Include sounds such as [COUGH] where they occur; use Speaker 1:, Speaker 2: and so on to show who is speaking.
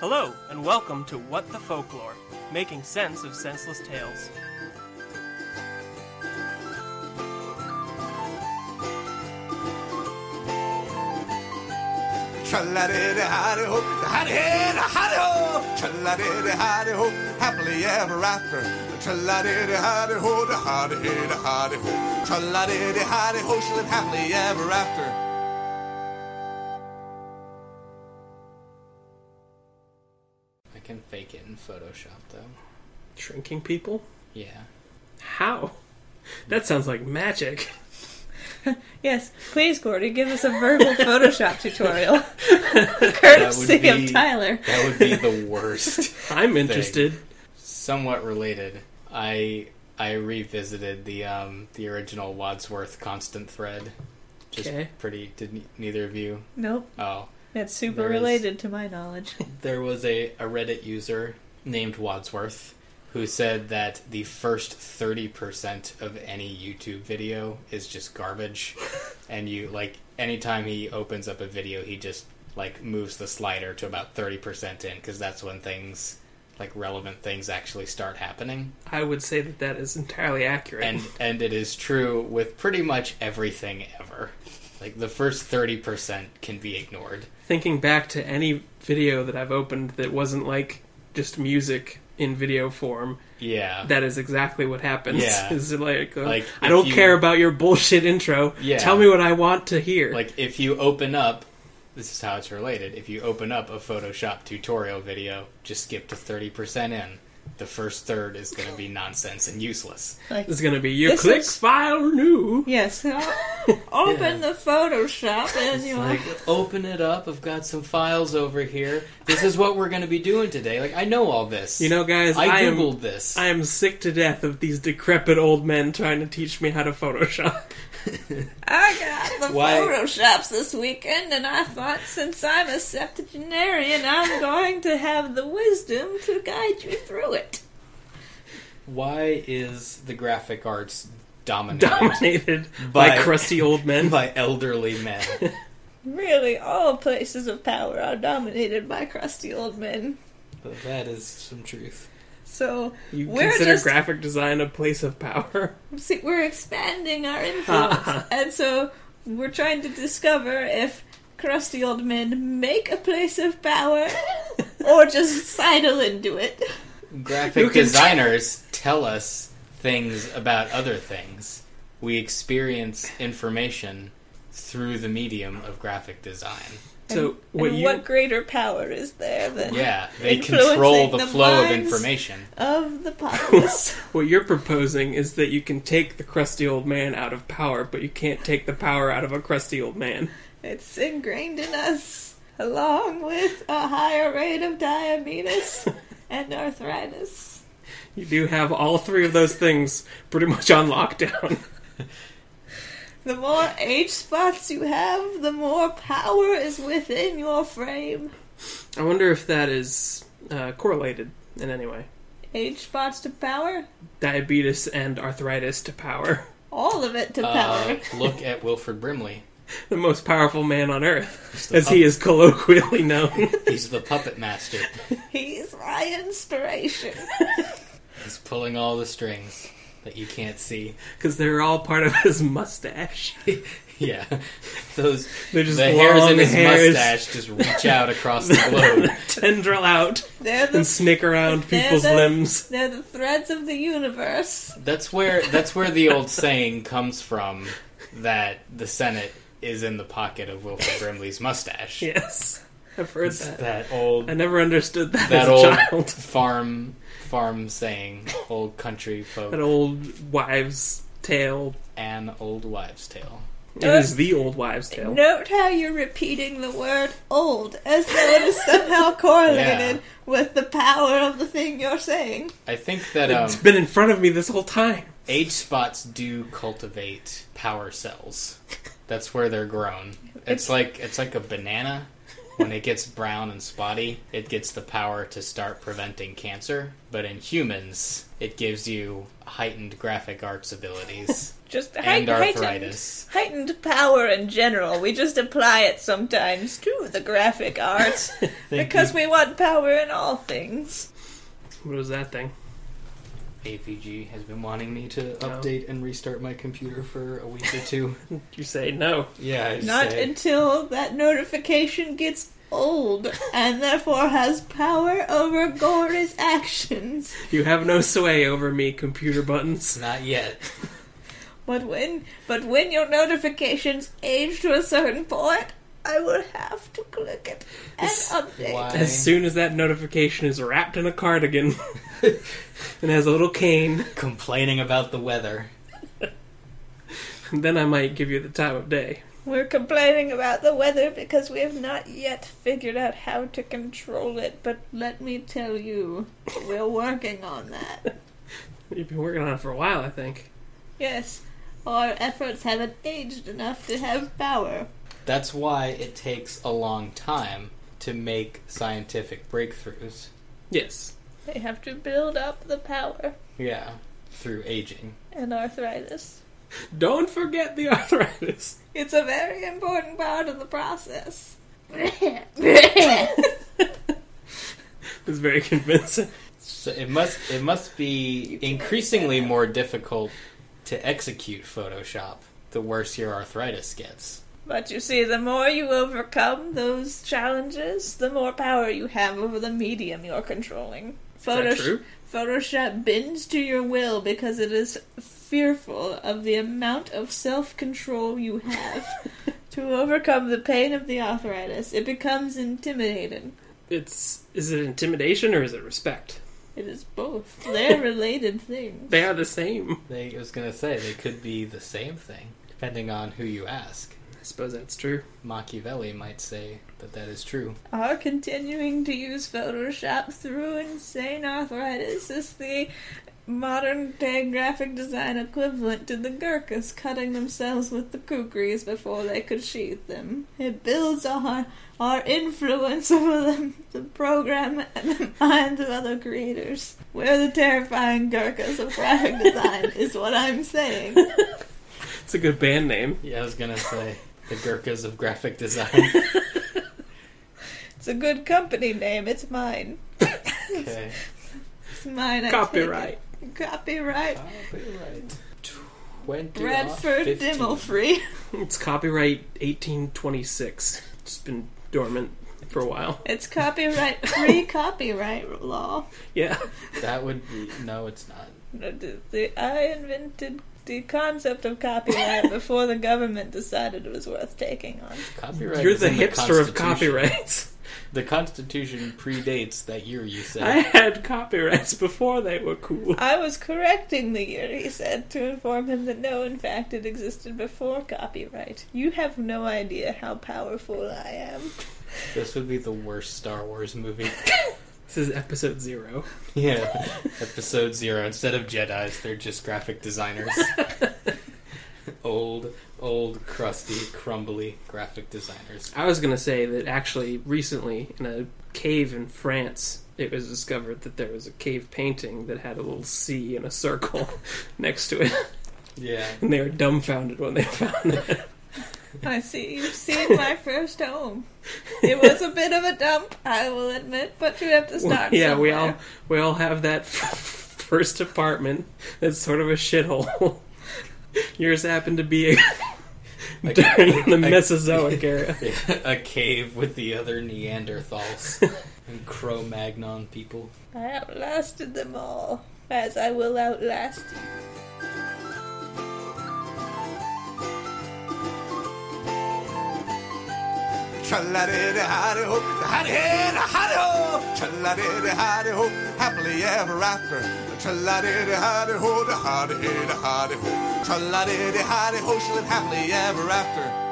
Speaker 1: Hello, and welcome to What the Folklore, making sense of senseless tales.
Speaker 2: Tra-la-di-di-hi-di-ho, hi-di-hi-di-hi-di-ho, tra-la-di-di-hi-di-ho, happily ever after. Tra-la-di-di-hi-di-ho, hi-di-hi-di-hi-di-ho, tra-la-di-di-hi-di-ho, she lived happily ever after.
Speaker 3: I can fake it in Photoshop though.
Speaker 1: Shrinking people?
Speaker 3: Yeah.
Speaker 1: How? That sounds like magic.
Speaker 4: Yes, please, Gordy, give us a
Speaker 3: [LAUGHS]
Speaker 4: verbal Photoshop tutorial, courtesy
Speaker 3: That would be-
Speaker 4: of Tyler.
Speaker 3: That would be the worst.
Speaker 1: I'm interested.
Speaker 3: Somewhat related. I I revisited the um the original Wadsworth constant thread. Just
Speaker 1: Okay.
Speaker 3: pretty did n- neither of you
Speaker 4: Nope,
Speaker 3: oh.
Speaker 4: that's super
Speaker 3: There is-
Speaker 4: related to my knowledge.
Speaker 3: There was a, a Reddit user named Wadsworth who said that the first 30% of any YouTube video is just garbage. And you, like, anytime he opens up a video, he just, like, moves the slider to about 30% in because that's when things, like, relevant things actually start happening.
Speaker 1: I would say that that is entirely accurate. [LAUGHS]
Speaker 3: And, and it is true with pretty much everything ever. Like, the first 30% can be ignored.
Speaker 1: Thinking back to any video that I've opened that wasn't like just music in video form,
Speaker 3: Yeah.
Speaker 1: that is exactly what happens. [LAUGHS]
Speaker 3: Yeah.
Speaker 1: Is it like, uh,
Speaker 3: Like,
Speaker 1: I
Speaker 3: if
Speaker 1: don't
Speaker 3: you-
Speaker 1: care about your bullshit intro.
Speaker 3: Yeah.
Speaker 1: Tell me what I want to hear.
Speaker 3: [LAUGHS] like if you open up this is how it's related if you open up a photoshop tutorial video just skip to 30% in the first third is going to be nonsense and useless
Speaker 4: Like,
Speaker 1: it's gonna be your
Speaker 4: This
Speaker 1: click
Speaker 4: is-
Speaker 1: file new.
Speaker 3: [LAUGHS]
Speaker 4: yes, open the Photoshop and you
Speaker 3: like open it up i've got some files over here this is what we're going to be doing today like i know all this
Speaker 1: You know, guys,
Speaker 3: i,
Speaker 1: I am-
Speaker 3: googled this
Speaker 1: I am sick to death of these decrepit old men trying to teach me how to Photoshop. [LAUGHS]
Speaker 4: I got the
Speaker 3: Why-
Speaker 4: photoshops this weekend, and I thought since I'm a septuagenarian, I'm going to have the wisdom to guide you through it.
Speaker 3: why is the graphic arts dominated
Speaker 1: Dominated by,
Speaker 3: By-
Speaker 1: crusty old
Speaker 4: [LAUGHS]
Speaker 1: men.
Speaker 3: by elderly
Speaker 1: [LAUGHS]
Speaker 3: men
Speaker 4: Really, all places of power are dominated by crusty old men.
Speaker 3: that is some truth
Speaker 4: So
Speaker 1: you
Speaker 4: we're
Speaker 1: consider
Speaker 4: just
Speaker 1: graphic design a place of power?
Speaker 4: see, we're expanding
Speaker 1: [LAUGHS]
Speaker 4: our influence, and so we're trying to discover if crusty old men make a place of
Speaker 1: [LAUGHS]
Speaker 4: power or just sidle into it.
Speaker 1: You
Speaker 3: graphic
Speaker 1: can-
Speaker 3: designers tell us things about other things. We experience information through the medium of graphic design.
Speaker 1: So
Speaker 4: And
Speaker 1: what you [LAUGHS]
Speaker 4: what greater power is there than
Speaker 3: Yeah, they
Speaker 4: Influencing
Speaker 3: control the,
Speaker 4: the
Speaker 3: flow of
Speaker 4: minds.
Speaker 3: information.
Speaker 4: of the
Speaker 1: [LAUGHS]
Speaker 4: populace?
Speaker 1: what you're proposing is that you can take the crusty old man out of power, but you can't take the power out of a crusty old man.
Speaker 4: it's ingrained in us, along with a higher rate
Speaker 1: [LAUGHS]
Speaker 4: of diabetes and arthritis.
Speaker 1: You do have all three of those things pretty much on lockdown. [LAUGHS]
Speaker 4: The more age spots you have, the more power is within your frame.
Speaker 1: I wonder if that is uh, correlated in any way.
Speaker 4: Age spots to power,
Speaker 1: Diabetes and arthritis to power.
Speaker 4: all of it to
Speaker 3: Uh,
Speaker 4: power. [LAUGHS]
Speaker 3: look at Wilfred Brimley.
Speaker 1: The most powerful man on earth,
Speaker 3: He's the,
Speaker 1: as
Speaker 3: pup-
Speaker 1: he is colloquially known. [LAUGHS]
Speaker 3: he's the puppet master.
Speaker 4: He's my inspiration.
Speaker 3: He's pulling all the strings that you can't see. [LAUGHS]
Speaker 1: because they're all part of his mustache. [LAUGHS]
Speaker 3: Yeah, [LAUGHS] those
Speaker 1: They're just
Speaker 3: the
Speaker 1: long
Speaker 3: hairs in his
Speaker 1: hairs
Speaker 3: mustache just reach out across the
Speaker 1: [LAUGHS]
Speaker 3: globe.
Speaker 1: tendril out
Speaker 4: They're
Speaker 1: and
Speaker 4: the
Speaker 1: sneak around
Speaker 4: They're
Speaker 1: people's
Speaker 4: the-
Speaker 1: limbs.
Speaker 4: they're the threads of the universe.
Speaker 3: That's where that's where the old saying comes from that the Senate is in the pocket of Wilfred Brimley's mustache.
Speaker 1: Yes, I've heard
Speaker 3: It's
Speaker 1: that.
Speaker 3: that old
Speaker 1: I never understood that, as
Speaker 3: that
Speaker 1: a
Speaker 3: old
Speaker 1: child.
Speaker 3: farm farm saying, old country folk
Speaker 1: That old wives' tale.
Speaker 3: and old wives' tale.
Speaker 1: It is the old wives' tale.
Speaker 4: Note how you're repeating the word old as though it is [LAUGHS] somehow correlated
Speaker 3: Yeah.
Speaker 4: with the power of the thing you're saying.
Speaker 3: I think that
Speaker 1: [LAUGHS]
Speaker 3: um,
Speaker 1: It's been in front of me this whole time.
Speaker 3: age spots do cultivate power cells. That's where they're grown. It's like it's like a banana. when it gets brown and spotty, it gets the power to start preventing cancer. But in humans, it gives you heightened graphic arts abilities
Speaker 4: Just
Speaker 3: and
Speaker 4: height-
Speaker 3: arthritis.
Speaker 4: Heightened, heightened power in general. We just apply it sometimes to the graphic arts [LAUGHS] because we want power in all things.
Speaker 1: What was that thing?
Speaker 3: AVG has been wanting me to update and restart my computer for a week or two.
Speaker 1: You say no.
Speaker 3: yeah, I
Speaker 4: Not
Speaker 3: say.
Speaker 4: until that notification gets old and therefore has power over Gory's actions.
Speaker 1: You have no sway over me, computer buttons.
Speaker 3: Not yet.
Speaker 4: But when but when your notifications age to a certain point, I will have to click it and update.
Speaker 3: Why?
Speaker 1: As soon as that notification is wrapped in a cardigan and has a little cane,
Speaker 3: Complaining about the weather.
Speaker 1: then I might give you the time of day.
Speaker 4: We're complaining about the weather because we have not yet figured out how to control it, but let me tell you, we're working on that.
Speaker 1: You've been working on it for a while, I think.
Speaker 4: Yes, our efforts haven't aged enough to have power.
Speaker 3: That's why it takes a long time to make scientific breakthroughs.
Speaker 1: Yes.
Speaker 4: They have to build up the power
Speaker 3: Yeah, through aging.
Speaker 4: and arthritis.
Speaker 1: Don't forget the [LAUGHS] arthritis.
Speaker 4: It's a very important part of the process.
Speaker 1: It's very convincing.
Speaker 3: So it must it must be increasingly more difficult to execute Photoshop the worse your arthritis gets.
Speaker 4: [LAUGHS] But you see, the more you overcome those challenges, the more power you have over the medium you're controlling.
Speaker 1: that
Speaker 4: Photosh-
Speaker 1: true?
Speaker 4: Photoshop bends to your will because it is fearful of the amount of self control you have
Speaker 1: [LAUGHS]
Speaker 4: to overcome the pain of the arthritis. It becomes intimidated.
Speaker 1: It's is it intimidation or is it respect?
Speaker 4: It is both. They're related things.
Speaker 1: They are the same.
Speaker 3: They I was gonna say they could be the same thing depending on who you ask.
Speaker 1: I suppose that's true.
Speaker 3: Machiavelli might say that that is true.
Speaker 4: Our continuing to use Photoshop through insane arthritis is the modern day graphic design equivalent to the Gurkhas cutting themselves with the kukris before they could sheath them. It builds our our influence [LAUGHS] over the, the program and the minds of other creators. We're the terrifying Gurkhas of graphic design, is what I'm saying.
Speaker 1: It's a good band name.
Speaker 3: Yeah, I was gonna [LAUGHS] say the Gurkhas of graphic design.
Speaker 4: It's a good company name. It's mine.
Speaker 3: Okay. [LAUGHS]
Speaker 4: It's mine. I take it.
Speaker 1: Copyright.
Speaker 4: Copyright.
Speaker 3: Oh, Copyright. Twenty off
Speaker 4: Bradford
Speaker 3: 15.
Speaker 4: Dimmelfree.
Speaker 1: It's copyright 1826. It's been dormant for a while.
Speaker 4: It's copyright
Speaker 1: [LAUGHS]
Speaker 4: free copyright law.
Speaker 1: Yeah.
Speaker 3: That would be no, it's not.
Speaker 4: The- the- I invented the concept
Speaker 1: [LAUGHS]
Speaker 4: of copyright before the government decided it was worth taking on.
Speaker 3: Copyright.
Speaker 1: You're
Speaker 3: is
Speaker 1: the
Speaker 3: in
Speaker 1: hipster of
Speaker 3: Constitution.
Speaker 1: copyrights.
Speaker 3: The Constitution predates that year. You said
Speaker 1: I had copyrights before they were cool.
Speaker 4: I was correcting the year, he said, to inform him that no, in fact, it existed before copyright. You have no idea how powerful I am.
Speaker 3: this would be the worst Star Wars movie.
Speaker 1: This is episode zero.
Speaker 3: yeah, Episode Zero. Instead of Jedi's, they're just graphic
Speaker 1: [LAUGHS]
Speaker 3: designers. old, old, crusty, crumbly graphic designers.
Speaker 1: I was going to say that actually, recently, in a cave in France, it was discovered that there was a cave painting that had a little C in a circle [LAUGHS] next to it. [LAUGHS]
Speaker 3: Yeah.
Speaker 1: And they were dumbfounded when they found it. [LAUGHS]
Speaker 4: I see you've seen my first home. It was a bit of a dump, I will admit, but you have to
Speaker 1: [LAUGHS]
Speaker 4: start.
Speaker 1: yeah, we
Speaker 4: somewhere.
Speaker 1: all we all have that [LAUGHS] first apartment that's sort of a shithole. [LAUGHS] Yours happened to [LAUGHS] be [LAUGHS]
Speaker 3: A-
Speaker 1: during the
Speaker 3: a-
Speaker 1: Mesozoic era.
Speaker 3: [LAUGHS] a cave with the
Speaker 1: [LAUGHS]
Speaker 3: other Neanderthals and Cro-Magnon people.
Speaker 4: I outlasted them all, as I will outlast you.
Speaker 2: Tra-la-di-di-hi-di-ho, hi-di-hi-di-hi-di-ho. Tra-la-di-di-hi-di-ho, happily ever after. Tra-la-di-di-hi-di-ho, da-ha-di-hi-di-hi-di-ho. Tra-la-di-di-hi-di-ho, she lived happily ever after.